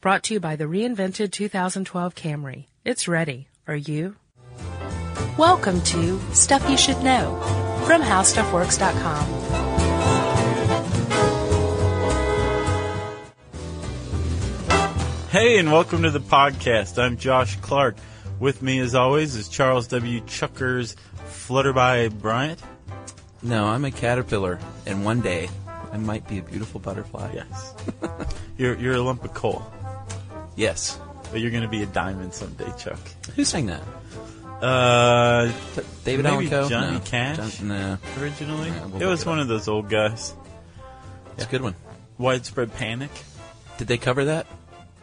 Brought to you by the reinvented 2012 Camry. It's ready. Are you? Welcome to Stuff You Should Know from HowStuffWorks.com. Hey, and welcome to the podcast. I'm Josh Clark. With me, as always, is Charles W. Chuckers Flutterby Bryant. No, I'm a caterpillar, and one day I might be a beautiful butterfly. Yes. you're, you're a lump of coal, Yes. but you're going to be a diamond someday, Chuck. Who sang that? Uh, T- David Maybe Allen Coe? Johnny no. Cash? John- no, originally, Yeah, we'll it look was it one of those old guys. it's a good one. Widespread Panic. Did they cover that?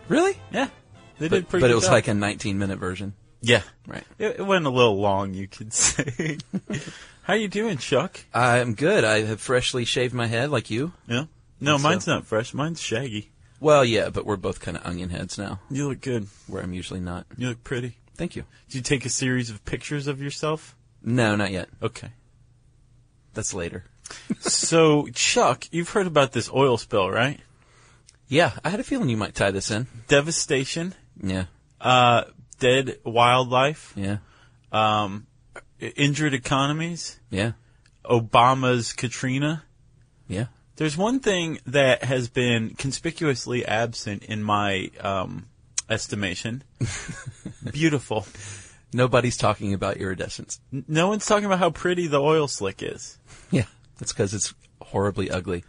Really? Yeah. They did But, pretty but good it was job. like a 19 minute version, Yeah. right? It, it went a little long, you could say. How you doing, Chuck? I'm good. I have freshly shaved my head, like you. Yeah. No, Think so. mine's not fresh. Mine's shaggy. Well, yeah, but we're both kind of onion heads now, You look good. where I'm usually not. You look pretty. Thank you. Did you take a series of pictures of yourself? No, not yet. Okay. That's later. So, Chuck, you've heard about this oil spill, right? Yeah, I had a feeling you might tie this in. Devastation, Yeah, uh, dead wildlife, yeah, um, i- injured economies, yeah, Obama's Katrina. yeah. There's one thing that has been conspicuously absent in my um, estimation. Beautiful. Nobody's talking about iridescence. N- No one's talking about how pretty the oil slick is. Yeah, that's because it's horribly ugly.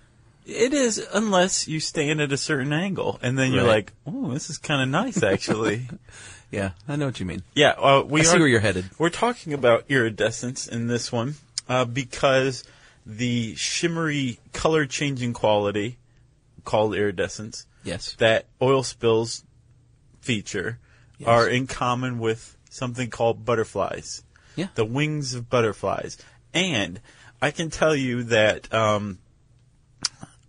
It is, unless you stand at a certain angle, and then you're Right. like, "Oh, this is kind of nice, actually." Yeah, I know what you mean. yeah, uh, we are. I see where you're headed. We're talking about iridescence in this one uh, because the shimmery color changing quality called iridescence Yes. that oil spills feature Yes. are in common with something called butterflies. Yeah. The wings of butterflies. And I can tell you that um,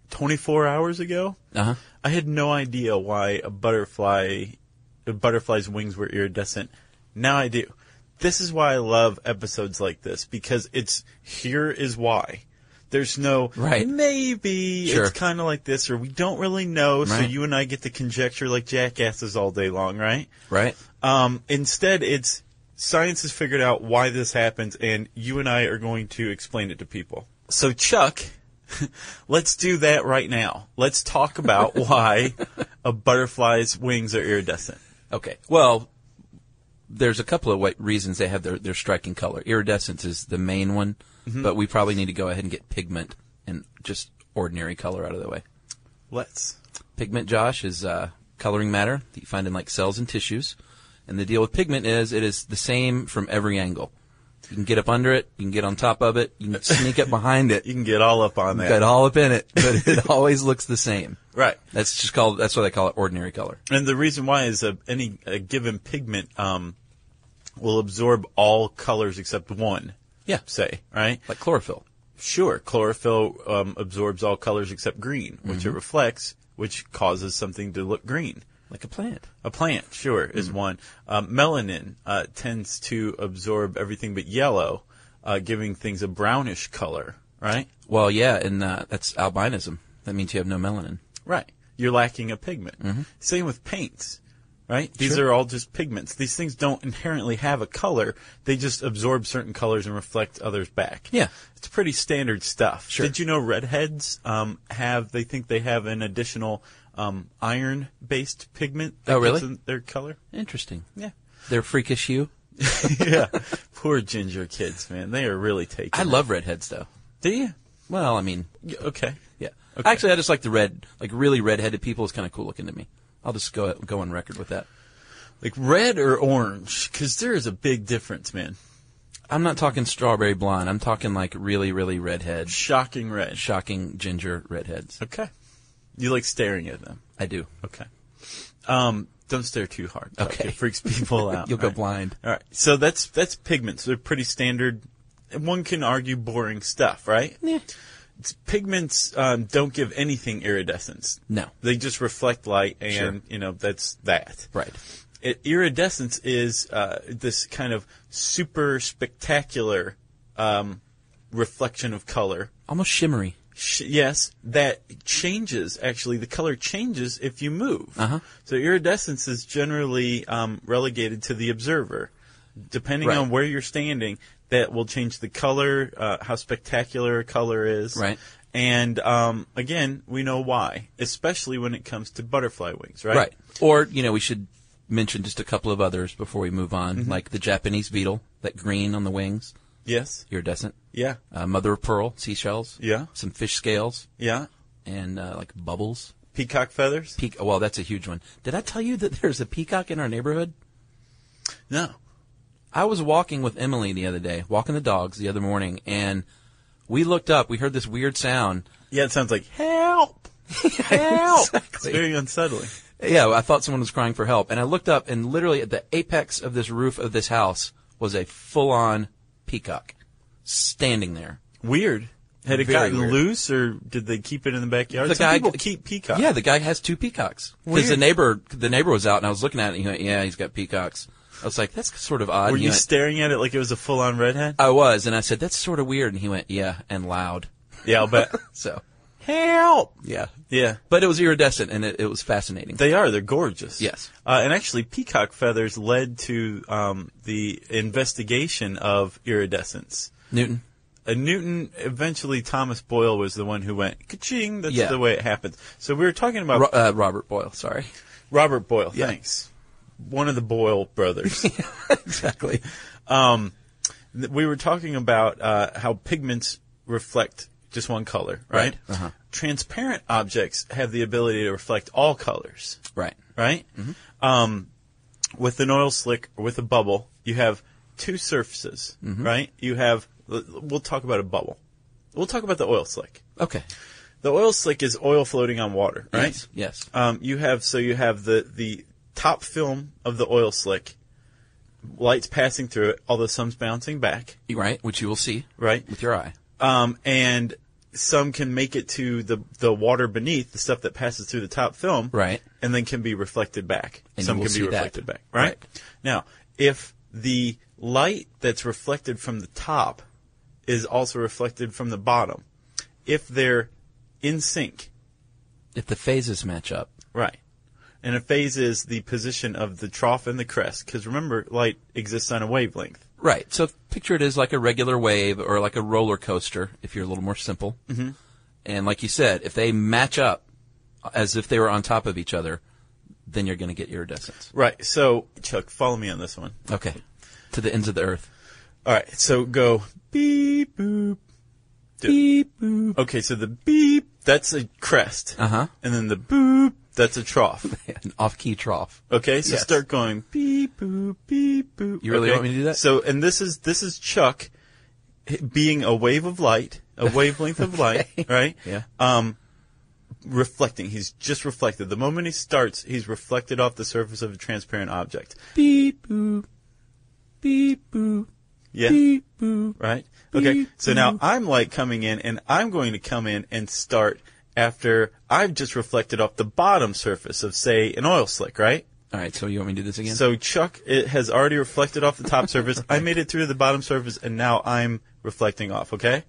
24 hours ago, Uh huh. I had no idea why a butterfly, a butterfly's wings were iridescent. Now I do. This is why I love episodes like this because it's here is why. There's no Right. maybe Sure. it's kind of like this or we don't really know. So Right. you and I get to conjecture like jackasses all day long, right? Right. Um, instead, it's science has figured out why this happens, and you and I are going to explain it to people. So, Chuck, let's do that right now. Let's talk about why a butterfly's wings are iridescent. Okay. Well, there's a couple of wa reasons they have their, their striking color. Iridescence is the main one, Mm-hmm. but we probably need to go ahead and get pigment and just ordinary color out of the way. Let's. Pigment, Josh, is uh, coloring matter that you find in like cells and tissues. And the deal with pigment is it is the same from every angle. You can get up under it, you can get on top of it, you can sneak up behind it, You can get all up on that. get all up in it, but it always looks the same. Right. That's just called. That's why they call it ordinary color. And the reason why is uh, any a given pigment um, will absorb all colors except one, Yeah, say, right? like chlorophyll. Sure, chlorophyll um, absorbs all colors except green, which Mm-hmm. it reflects, which causes something to look green. Like a plant. A plant, sure, is Mm-hmm. one. Um, melanin uh, tends to absorb everything but yellow, uh, giving things a brownish color, right? Well, yeah, and uh, that's albinism. That means you have no melanin. Right. You're lacking a pigment. Same with paints, right? These Mm-hmm. Sure. are all just pigments. These things don't inherently have a color. They just absorb certain colors and reflect others back. Yeah. It's pretty standard stuff. Sure. Did you know redheads um, have, they think they have an additional um, iron based pigment that Oh, really? gives them their color? Interesting. Yeah. Their freakish hue. yeah. Poor ginger kids, man. They are really taking I it. love redheads, though. Do you? Well, I mean, Y- Okay. yeah. Okay. Actually, I just like the red, like really redheaded people is kind of cool looking to me. I'll just go go on record with that. Like red or orange? Because there is a big difference, man. I'm not talking strawberry blonde. I'm talking like really, really redhead, Shocking red. shocking ginger redheads. Okay. You like staring at them. I do. Okay. Um, don't stare too hard. Chuck. Okay. It freaks people out. You'll go All right. blind. All right. So that's that's pigments. They're pretty standard. One can argue boring stuff, right? Yeah. It's- pigments um, don't give anything iridescence. No. They just reflect light, and Sure. you know that's that. Right. It, iridescence is uh, this kind of super spectacular um, reflection of color Almost shimmery. Sh- yes, that changes. Actually, the color changes if you move. Uh-huh. So iridescence is generally um, relegated to the observer. Depending Right. on where you're standing, that will change the color, uh, how spectacular a color is. Right. And um, again, we know why, especially when it comes to butterfly wings, right? Right. Or, you know, we should mention just a couple of others before we move on, Mm-hmm. like the Japanese beetle, that green on the wings, Yes. iridescent, Yeah. uh, mother of pearl, seashells, Yeah. some fish scales, Yeah. and uh, like bubbles. Peacock feathers? Peac- oh, well, that's a huge one. Did I tell you that there's a peacock in our neighborhood? No. I was walking with Emily the other day, walking the dogs the other morning, and we looked up. We heard this weird sound. Yeah, it sounds like help. Help. It's Exactly. very unsettling. Yeah, I thought someone was crying for help, and I looked up, and literally at the apex of this roof of this house was a full-on peacock standing there. Weird. Had it Very gotten weird. loose, or did they keep it in the backyard? The Some guy- people keep peacocks. Yeah, the guy has two peacocks because the Weird. neighbor the neighbor was out, and I was looking at it, and he went, "Yeah, he's got peacocks." I was like, "That's sort of odd." Were And he you went- staring at it like it was a full-on redhead? I was, and I said, "That's sort of weird," and he went, "Yeah," and loud. Yeah, I'll bet. So help. yeah, Yeah, but it was iridescent, and it, it was fascinating. they are. They're gorgeous. Yes. Uh, and actually, peacock feathers led to um, the investigation of iridescence. Newton. Uh, Newton, eventually Thomas Boyle was the one who went, ka-ching, that's Yeah. the way it happens. So we were talking about Ro- uh, Robert Boyle, sorry. Robert Boyle, Yeah. thanks. One of the Boyle brothers. Exactly. Um, Th- we were talking about uh, how pigments reflect just one color, right? Right, uh-huh. Transparent objects have the ability to reflect all colors, Right. right? Um, with an oil slick or with a bubble, you have two surfaces, right? You have. l- l- We'll talk about a bubble. We'll talk about the oil slick. Okay. The oil slick is oil floating on water, right? Yes. Yes. Um, you have so you have the the top film of the oil slick, lights passing through it, although some's bouncing back, You- Right, which you will see right? with your eye. um, and some can make it to the the water beneath the stuff that passes through the top film, Right. And then can be reflected back. And some you will can be see that. reflected back, right? Right. Now, if the light that's reflected from the top is also reflected from the bottom, if they're in sync, If the phases match up. right? And a phase is the position of the trough and the crest, because remember, light exists on a wavelength. Right. So picture it as like a regular wave or like a roller coaster, if you're a little more simple. Mm-hmm. And like you said, if they match up as if they were on top of each other, then you're going to get iridescence. Right. So, Chuck, follow me on this one. Okay. To the ends of the earth. All right, so go beep boop. Beep boop. Okay, so the beep, that's a crest. Uh-huh. And then the boop, that's a trough. An off key trough. Okay, so Yes. start going beep boop, beep boop. You really okay? want me to do that? So, and this is, this is Chuck h- being a wave of light, a wavelength of light, right? Yeah. Uh, Reflecting. He's just reflected. The moment he starts, he's reflected off the surface of a transparent object. Beep boop. Beep boop. Yeah. Right? Okay. So now I'm like coming in and I'm going to come in and start after I've just reflected off the bottom surface of, say, an oil slick, right? All right. So you want me to do this again? So Chuck it has already reflected off the top surface. I made it through the bottom surface and now I'm reflecting off, okay?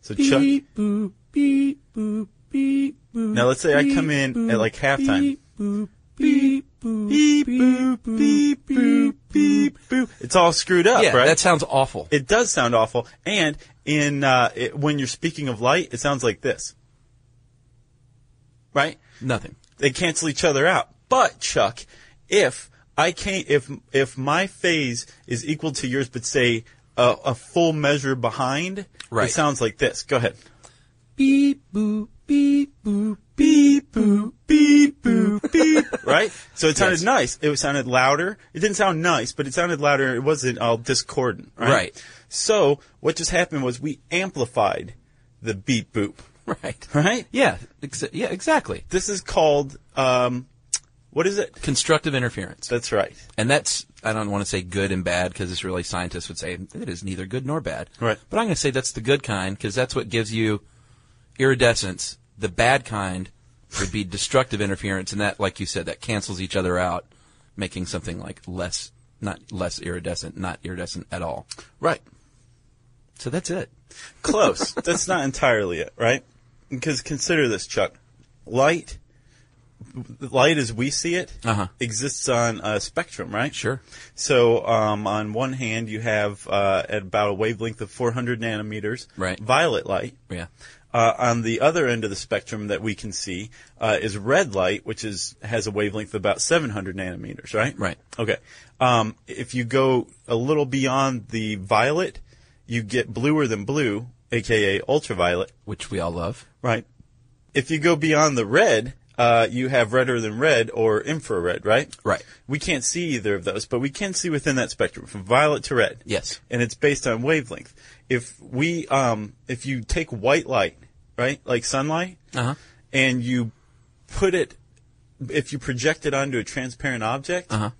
So Chuck. boop, beep, boop, beep, boop. Now let's say I come in at like halftime. boop, beep, boop. Beep, boop, beep, boop, beep, boop. It's all screwed up, Yeah, right? that sounds awful. it does sound awful. And in uh, it, when you're speaking of light, it sounds like this. Right? Nothing. They cancel each other out. But Chuck, if I can't, if if my phase is equal to yours, but say a, a full measure behind, Right. it sounds like this. Go ahead. Beep, boop, beep, boop. Beep boop beep boop beep. right? So it sounded Yes. nice. It sounded louder. It didn't sound nice, but it sounded louder. It wasn't all discordant. Right? Right. So what just happened was we amplified the beep boop. Right. Right? Yeah. Ex- yeah, exactly. This is called um, what is it? Constructive interference. That's right. And that's, I don't want to say good and bad because it's really scientists would say it is neither good nor bad. Right. But I'm going to say that's the good kind because that's what gives you iridescence. The bad kind would be destructive interference. And that, like you said, that cancels each other out, making something like less, not less iridescent, not iridescent at all. Right. So that's it. Close. That's not entirely it. Right. because consider this, Chuck. Light, light as we see it, Uh-huh. exists on a spectrum, right? Sure. So, um, on one hand, you have uh, at about a wavelength of 400 nanometers, Right. violet light. Yeah. Uh, on the other end of the spectrum that we can see uh, is red light, which is has a wavelength of about 700 nanometers, right? Right. Okay. Um, if you go a little beyond the violet, you get bluer than blue, aka ultraviolet, Which we all love. right? If you go beyond the red, uh, you have redder than red or infrared, right? Right. We can't see either of those, but we can see within that spectrum from violet to red. Yes. And it's based on wavelength. If we, um, if you take white light, right, like sunlight, Uh-huh. and you put it, if you project it onto a transparent object, Uh-huh.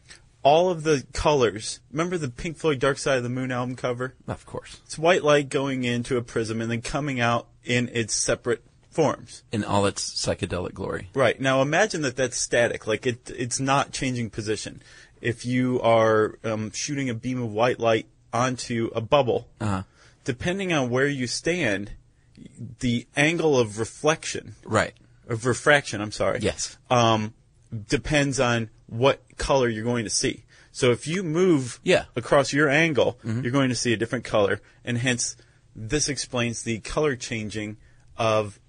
all of the colors, remember the Pink Floyd Dark Side of the Moon album cover? Of course. It's white light going into a prism and then coming out in its separate forms. In all its psychedelic glory. Right. Now imagine that that's static, like it it's not changing position. If you are um, shooting a beam of white light onto a bubble, Uh-huh. depending on where you stand, the angle of reflection Right. of refraction, I'm sorry. Yes. Um, depends on what color you're going to see. So if you move Yeah. Mm-hmm. across your angle, you're going to see a different color, and hence this explains the color changing of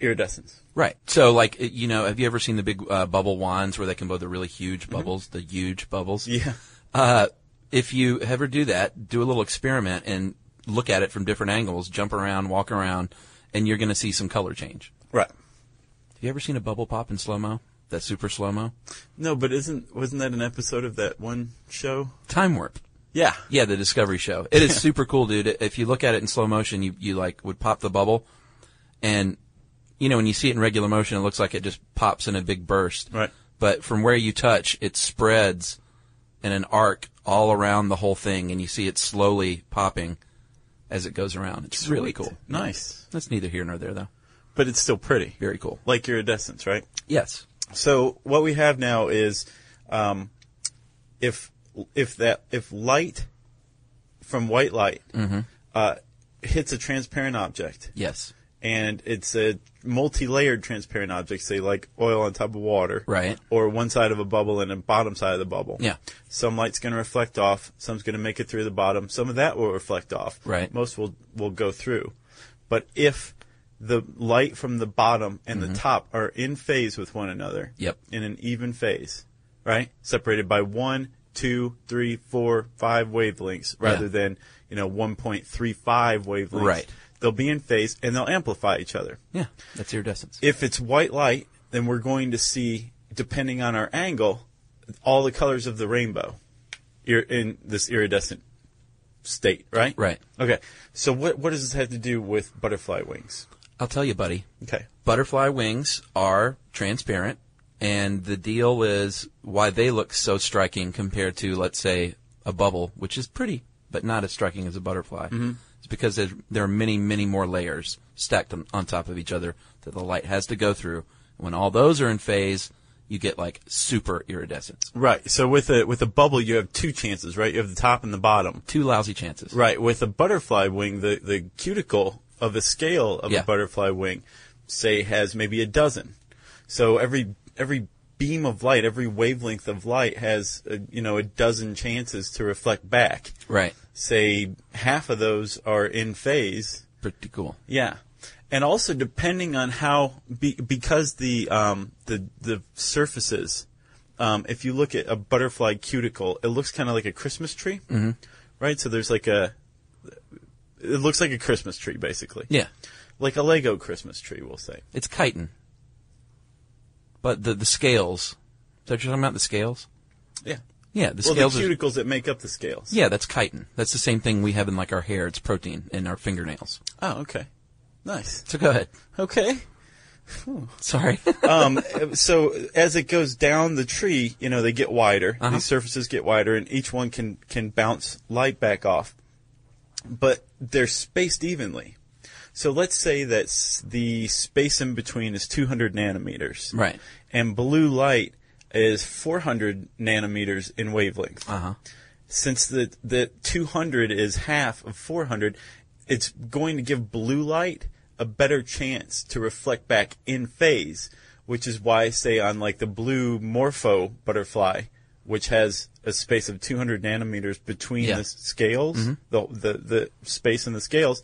iridescence. Right. So, like, it- you know, have you ever seen the big uh, bubble wands where they can blow the really huge bubbles, the huge bubbles? Mm-hmm. Yeah. Uh, if you ever do that, do a little experiment and look at it from different angles, jump around, walk around, and you're going to see some color change. Right. Have you ever seen a bubble pop in slow mo? That super slow mo? No, but isn't wasn't that an episode of that one show? Time warp. Yeah. Yeah, the Discovery Show. It is super cool, dude. If you look at it in slow motion, you, you like would pop the bubble and you know, when you see it in regular motion, it looks like it just pops in a big burst. Right. But from where you touch, it spreads in an arc all around the whole thing and you see it slowly popping as it goes around. It's really Sweet. cool. Nice. That's neither here nor there though. But it's still pretty. Very cool. Like iridescence, right? Yes. So what we have now is, um, if if that if light from white light uh, hits a transparent object, Yes. and it's a multi-layered transparent object, say like oil on top of water, Right. Or one side of a bubble and a bottom side of the bubble. Yeah. Some light's going to reflect off. Some's going to make it through the bottom. Some of that will reflect off. Right. Most will will go through, but if the light from the bottom and the top are in phase with one another. Mm-hmm. Yep. In an even phase, right? Separated by one, two, three, four, five wavelengths rather Yeah. than, you know, 1.35 wavelengths wavelengths. Right. They'll be in phase and they'll amplify each other. Yeah. That's iridescence. If it's white light, then we're going to see, depending on our angle, all the colors of the rainbow ir- in this iridescent state, right? Right. Okay. So what what does this have to do with butterfly wings? I'll tell you, buddy. Okay. butterfly wings are transparent, and the deal is why they look so striking compared to, let's say, a bubble, which is pretty but not as striking as a butterfly. Mm-hmm. It's because there, there are many, many more layers stacked on, on top of each other that the light has to go through. When all those are in phase, you get like super iridescence. Right. So with a with a bubble, you have two chances, right? You have the top and the bottom. Two lousy chances. Right. With a butterfly wing, the, the cuticle of a scale of Yeah. a butterfly wing, say, has maybe a dozen. So every every beam of light, every wavelength of light has uh you know a dozen chances to reflect back. Right. Say half of those are in phase. Pretty cool. Yeah. And also depending on how be, because the um, the the surfaces, um, if you look at a butterfly cuticle, it looks kind of like a Christmas tree, mm-hmm. right? So there's like a it looks like a Christmas tree basically, Yeah. like a Lego Christmas tree, we'll say. It's chitin. But the, the scales. Is that what you're talking about? The scales? Yeah. Yeah, the Well, scales the are cuticles that make up the scales. Yeah, that's chitin. That's the same thing we have in like our hair. It's protein in our fingernails. Oh, okay. Nice. So go ahead. Okay. Sorry. um, so as it goes down the tree, you know, they get wider. These surfaces get wider, and each one can can bounce light back off. But they're spaced evenly. So let's say that s- the space in between is 200 nanometers, Right. And blue light is 400 nanometers in wavelength. uh huh. Since the the 200 is half of 400, it's going to give blue light a better chance to reflect back in phase, which is why, say, on like the blue morpho butterfly, which has a space of 200 nanometers between Yeah. the s- scales, the, the the space in the scales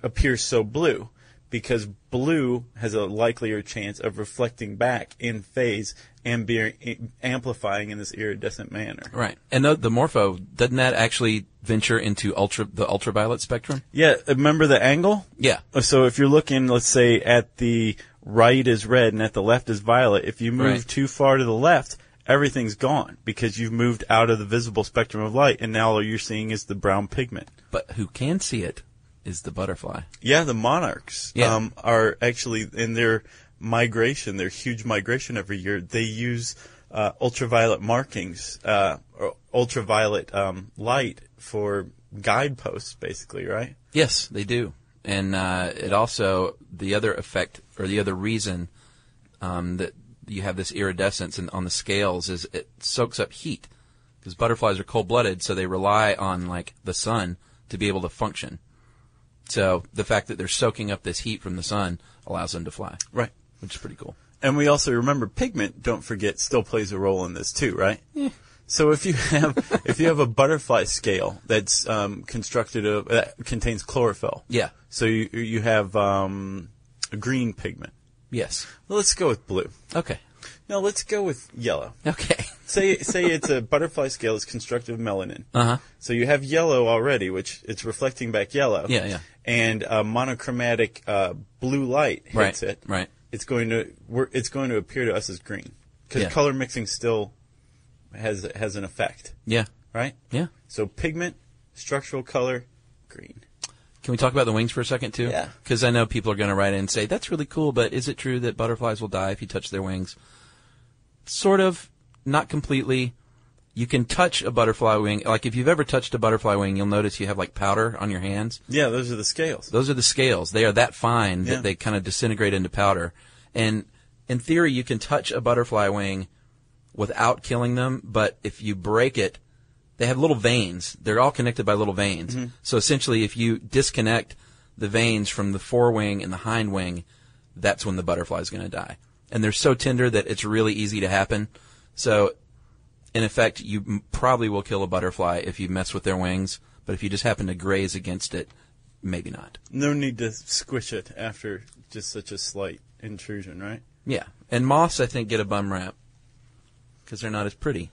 appears so blue because blue has a likelier chance of reflecting back in phase and being eh, amplifying in this iridescent manner. Right. And the, the morpho, doesn't that actually venture into ultra the ultraviolet spectrum? Yeah, remember the angle? Yeah. So if you're looking, let's say at the right is red and at the left is violet, if you move Right. too far to the left, everything's gone because you've moved out of the visible spectrum of light and now all you're seeing is the brown pigment. But who can see it is the butterfly. Yeah, the monarchs Yeah. um, are actually in their migration, their huge migration every year. They use uh, ultraviolet markings, uh, or ultraviolet um, light for guideposts, basically, right? Yes, they do. And uh, it also the other effect or the other reason um, that you have this iridescence in, on the scales is it soaks up heat because butterflies are cold-blooded, so they rely on like the sun to be able to function. So the fact that they're soaking up this heat from the sun allows them to fly, Right. which is pretty cool. And we also remember pigment, don't forget, still plays a role in this too, right? So if you have if you have a butterfly scale that's um, constructed of that contains chlorophyll, Yeah. So you you have um, a green pigment. Yes. Let's go with blue. Okay. No, let's go with yellow. Okay. Say say it's a butterfly scale that's constructed of melanin. Uh huh. So you have yellow already, which it's reflecting back yellow. Yeah, yeah. And uh, monochromatic uh, blue light hits Right. it Right. it's going to we're, it's going to appear to us as green because Yeah. color mixing still has has an effect, Yeah. right? Yeah. So pigment, structural color, green. Can we talk about the wings for a second too? Yeah. Because I know people are going to write in and say that's really cool, but is it true that butterflies will die if you touch their wings? Sort of, not completely. You can touch a butterfly wing. Like if you've ever touched a butterfly wing, you'll notice you have like powder on your hands. Yeah, those are the scales. Those are the scales. They are that fine Yeah. that they kind of disintegrate into powder. And in theory, you can touch a butterfly wing without killing them, but if you break it, they have little veins. They're all connected by little veins. So essentially, if you disconnect the veins from the forewing and the hind wing, that's when the butterfly is going to die. And they're so tender that it's really easy to happen. So in effect, you m- probably will kill a butterfly if you mess with their wings, but if you just happen to graze against it, maybe not. No need to squish it after just such a slight intrusion, right? Yeah, and moths I think get a bum rap because they're not as pretty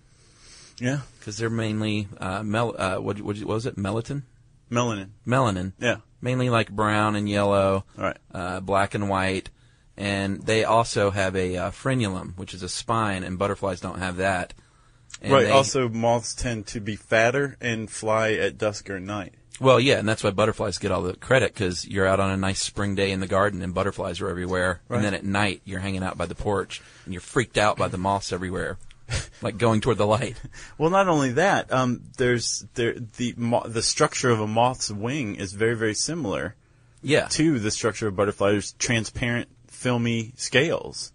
Yeah, because they're mainly uh, mel. Uh, what, what, what was it? Melatin, melanin. melanin. Yeah, Mainly like brown and yellow, all right. uh, black and white, and they also have a uh, frenulum, which is a spine, and butterflies don't have that. And right. they- also, moths tend to be fatter and fly at dusk or night. well, yeah, and that's why butterflies get all the credit because you're out on a nice spring day in the garden and butterflies are everywhere, Right. and then at night you're hanging out by the porch and you're freaked out by the moths everywhere, like going toward the light. Well, not only that, um, there's there the mo- the structure of a moth's wing is very very similar Yeah. to the structure of butterflies transparent filmy scales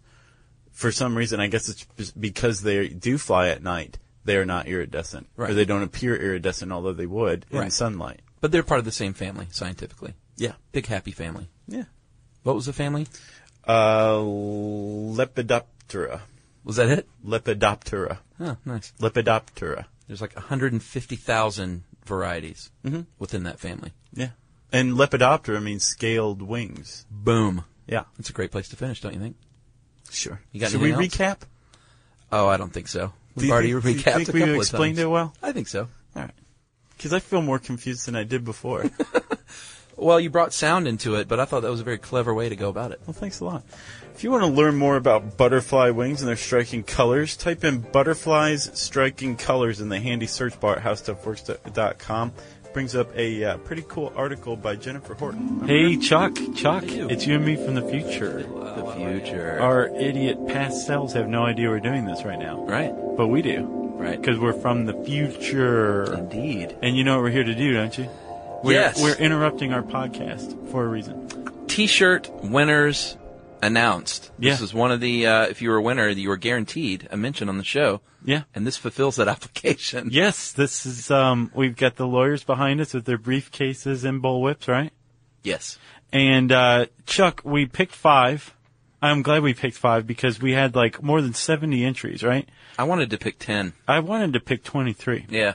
for some reason i guess it's b- because they do fly at night they are not iridescent or Right. they don't appear iridescent although they would in Right. sunlight But they're part of the same family, scientifically. yeah Big happy family. yeah What was the family? uh, lepidoptera Was that it? lepidoptera Oh, nice. lepidoptera There's like 150,000 varieties within that family. yeah and lepidoptera means scaled wings Boom. yeah That's a great place to finish, don't you think? sure You got should we anything recap Oh, I don't think so. Do We've you already think- do you recapped think a we couple of explained times. it well? I think so. all right because i feel more confused than i did before Well, you brought sound into it, but I thought that was a very clever way to go about it. Well, thanks a lot. If you want to learn more about butterfly wings and their striking colors, type in butterflies striking colors in the handy search bar at howstuffworks.com. Brings up a uh, pretty cool article by Jennifer Horton. Hey, Chuck, Chuck, it's you and me from the future. The future. Our idiot past selves have no idea we're doing this right now, Right. but we do Right. because we're from the future. Indeed. And you know what we're here to do, don't you? We're, Yes. We're interrupting our podcast for a reason. T-shirt winners announced. This Yeah. is one of the, uh, if you were a winner, you were guaranteed a mention on the show. Yeah. And this fulfills that application. Yes, this is. Um, we've got the lawyers behind us with their briefcases and bull whips, right? Yes. And uh, Chuck, we picked five. I'm glad we picked five because we had like more than 70 entries, right? I wanted to pick 10. I wanted to pick 23. Yeah.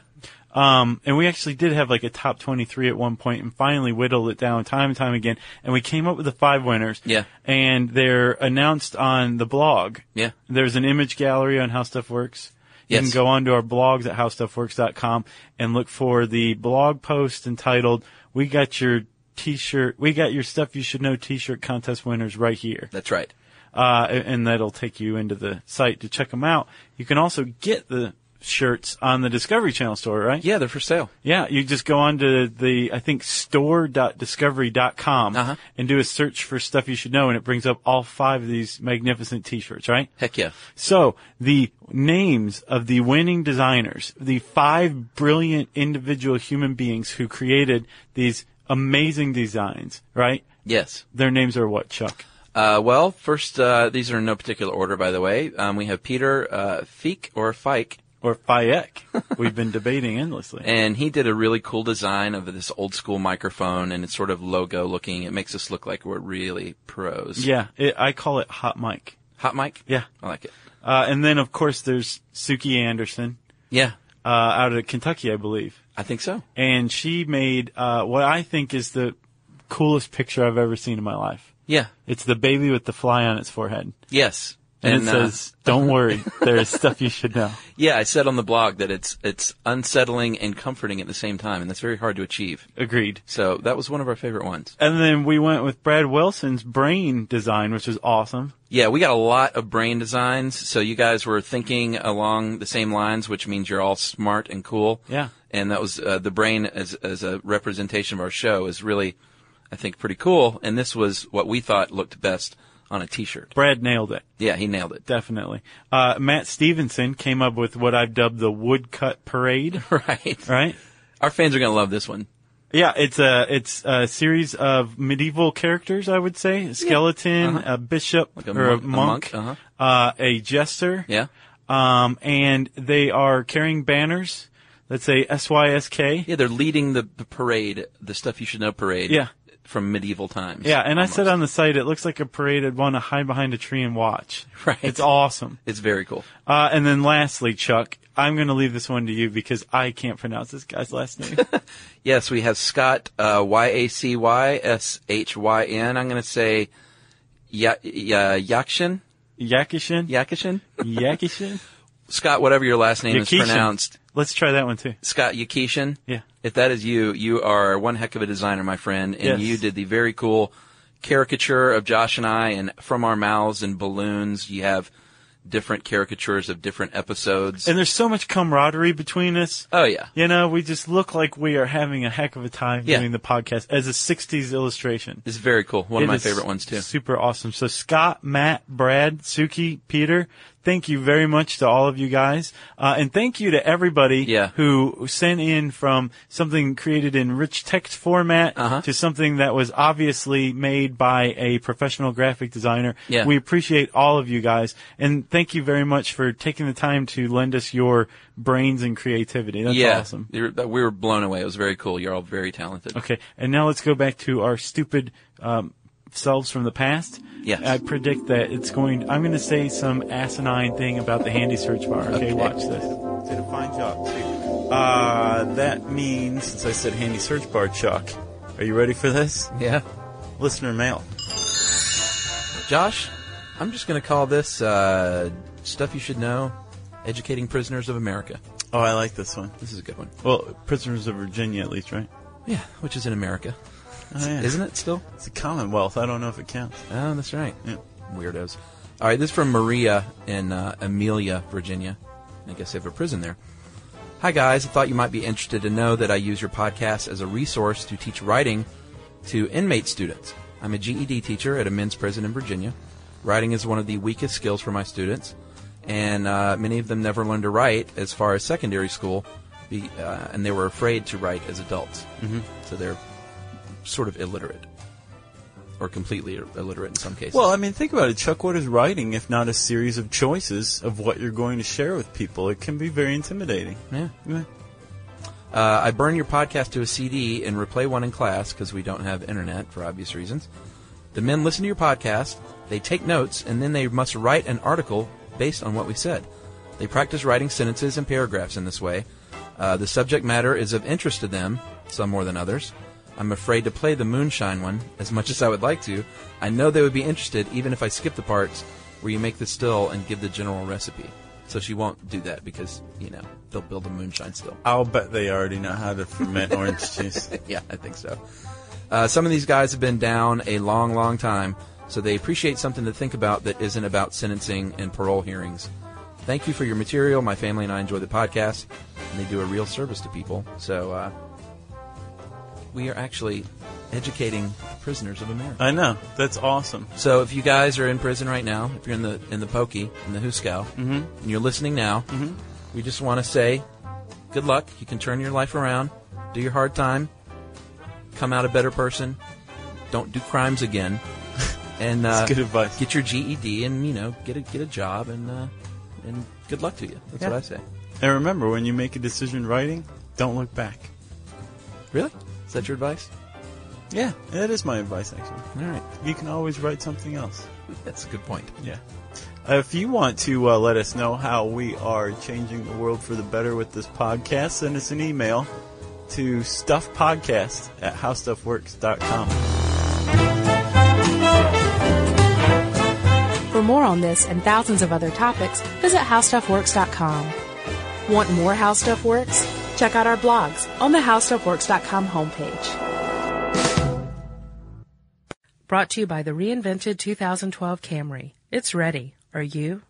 Um, and we actually did have like a top 23 at one point and finally whittled it down time and time again. And we came up with the five winners. Yeah. And they're announced on the blog. Yeah. There's an image gallery on How Stuff Works. You Yes. can go onto our blogs at howstuffworks.com and look for the blog post entitled, we got your t-shirt, we got your stuff you should know t-shirt contest winners right here That's right. uh, and that'll take you into the site to check them out. You can also get the shirts on the Discovery Channel store, right? Yeah, they're for sale. Yeah, you just go on to the, I think, store.discovery.com Uh-huh. and do a search for stuff you should know, and it brings up all five of these magnificent t-shirts, right? Heck yeah. So the names of the winning designers, the five brilliant individual human beings who created these amazing designs, right? Yes. Their names are what, Chuck? Uh, well, first, uh, these are in no particular order, by the way. Um, we have Peter uh, Feek or Fike, or Fayek. We've been debating endlessly. and he did a really cool design of this old school microphone, and it's sort of logo looking. It makes us look like we're really pros. Yeah, it, I call it hot mic. Hot mic. Yeah. I like it. Uh, and then of course there's Suki Anderson Yeah, uh, out of Kentucky, I believe, I think so. and she made uh, what I think is the coolest picture I've ever seen in my life. Yeah. It's the baby with the fly on its forehead, Yes. and, it uh, says, "Don't worry, there's stuff you should know." yeah, I said on the blog that it's it's unsettling and comforting at the same time, and that's very hard to achieve. Agreed. So that was one of our favorite ones. And then we went with Brad Wilson's brain design, which is awesome. Yeah, we got a lot of brain designs. So you guys were thinking along the same lines, which means you're all smart and cool. Yeah. And that was uh, the brain as as a representation of our show is really, I think, pretty cool. And this was what we thought looked best on a T-shirt. Brad nailed it. Yeah, he nailed it. Definitely. Uh, Matt Stevenson came up with what I've dubbed the woodcut parade, Right. right? Our fans are gonna love this one. Yeah, it's a it's a series of medieval characters, I would say. A skeleton, a bishop, a or Uh-huh. a monk- a monk, monk, uh-huh. uh, a jester. Yeah. Um, and they are carrying banners that say SYSK. Yeah, they're leading the, the parade, the stuff you should know parade. Yeah. From medieval times. Um, Yeah, and I said almost. on the site, it looks like a parade I'd want to hide behind a tree and watch. Right. It's awesome. It's very cool. Uh, and then lastly, Chuck, I'm going to leave this one to you because I can't pronounce this guy's last name. Yes, we have Scott uh, Y A C Y S H Y N. I'm going to say ya- ya- Yakshin. Yakishin? Yakishin. Yakishin? Scott, whatever your last name is Yakishin. pronounced, Let's try that one too. Scott Yakishin. Yeah. If that is you, you are one heck of a designer, my friend, and Yes. you did the very cool caricature of Josh and I, and from our mouths and balloons, you have different caricatures of different episodes. And there's so much camaraderie between us. oh yeah. You know, we just look like we are having a heck of a time Yeah. doing the podcast as a 60s illustration. It's very cool. One It of my is favorite ones too. Super awesome. So Scott, Matt, Brad, Suki, Peter, thank you very much to all of you guys. Uh, and thank you to everybody Yeah. who sent in from something created in rich text format Uh-huh. to something that was obviously made by a professional graphic designer. Yeah. We appreciate all of you guys. And thank you very much for taking the time to lend us your brains and creativity. That's yeah. awesome. You're- that- We were blown away. It was very cool. You're all very talented. Okay, and now let's go back to our stupid um, selves from the past. Yes. I predict that it's going. I'm going to say some asinine thing about the handy search bar. Okay, Okay. watch this. Did a fine job, too. Uh, that means, since I said handy search bar, Chuck, are you ready for this? Yeah. Listener mail. Josh, I'm just going to call this uh, Stuff You Should Know Educating Prisoners of America. Oh, I like this one. This is a good one. Well, prisoners of Virginia, at least, right? Yeah, which is in America. Oh, yeah. Isn't it still? It's a Commonwealth. I don't know if it counts. Oh, that's right. Yeah. Weirdos. All right, this is from Maria in uh, Amelia, Virginia. I guess they have a prison there. Hi, guys. I thought you might be interested to know that I use your podcast as a resource to teach writing to inmate students. I'm a GED teacher at a men's prison in Virginia. Writing is one of the weakest skills for my students, and uh, many of them never learned to write as far as secondary school, be, uh, and they were afraid to write as adults. Mm-hmm. So they're sort of illiterate, or completely illiterate in some cases. Well, I mean, think about it, Chuck. What is writing if not a series of choices of what you're going to share with people? It can be very intimidating. yeah. Yeah. Uh, I burn your podcast to a CD and replay one in class because we don't have internet for obvious reasons. The men listen to your podcast, they take notes, and then they must write an article based on what we said. They practice writing sentences and paragraphs in this way. Uh, the subject matter is of interest to them, some more than others. I'm afraid to play the moonshine one as much as I would like to. I know they would be interested even if I skip the parts where you make the still and give the general recipe. So she won't do that because, you know, they'll build a moonshine still. I'll bet they already know how to ferment orange juice. Yeah, I think so. Uh, some of these guys have been down a long, long time, so they appreciate something to think about that isn't about sentencing and parole hearings. Thank you for your material. My family and I enjoy the podcast, and they do a real service to people. So uh, we are actually educating prisoners of America. I know. That's awesome. So if you guys are in prison right now, if you're in the in the pokey in the Huskow, Mm-hmm. and you're listening now, we just want to say, good luck. You can turn your life around, do your hard time, come out a better person, don't do crimes again, and uh, That's good advice. Get your GED and you know get a get a job and uh, and good luck to you. That's Yeah. what I say. And remember, when you make a decision writing, don't look back. Really? Is that your advice? Yeah, that is my advice, actually. All right, You can always write something else. that's a good point. Yeah. If you want to uh, let us know how we are changing the world for the better with this podcast, send us an email to stuffpodcast at howstuffworks.com. For more on this and thousands of other topics, visit howstuffworks.com. Want more How Stuff Works? Check out our blogs on the howstuffworks.com homepage. Brought to you by the reinvented 2012 Camry. It's ready. Are you?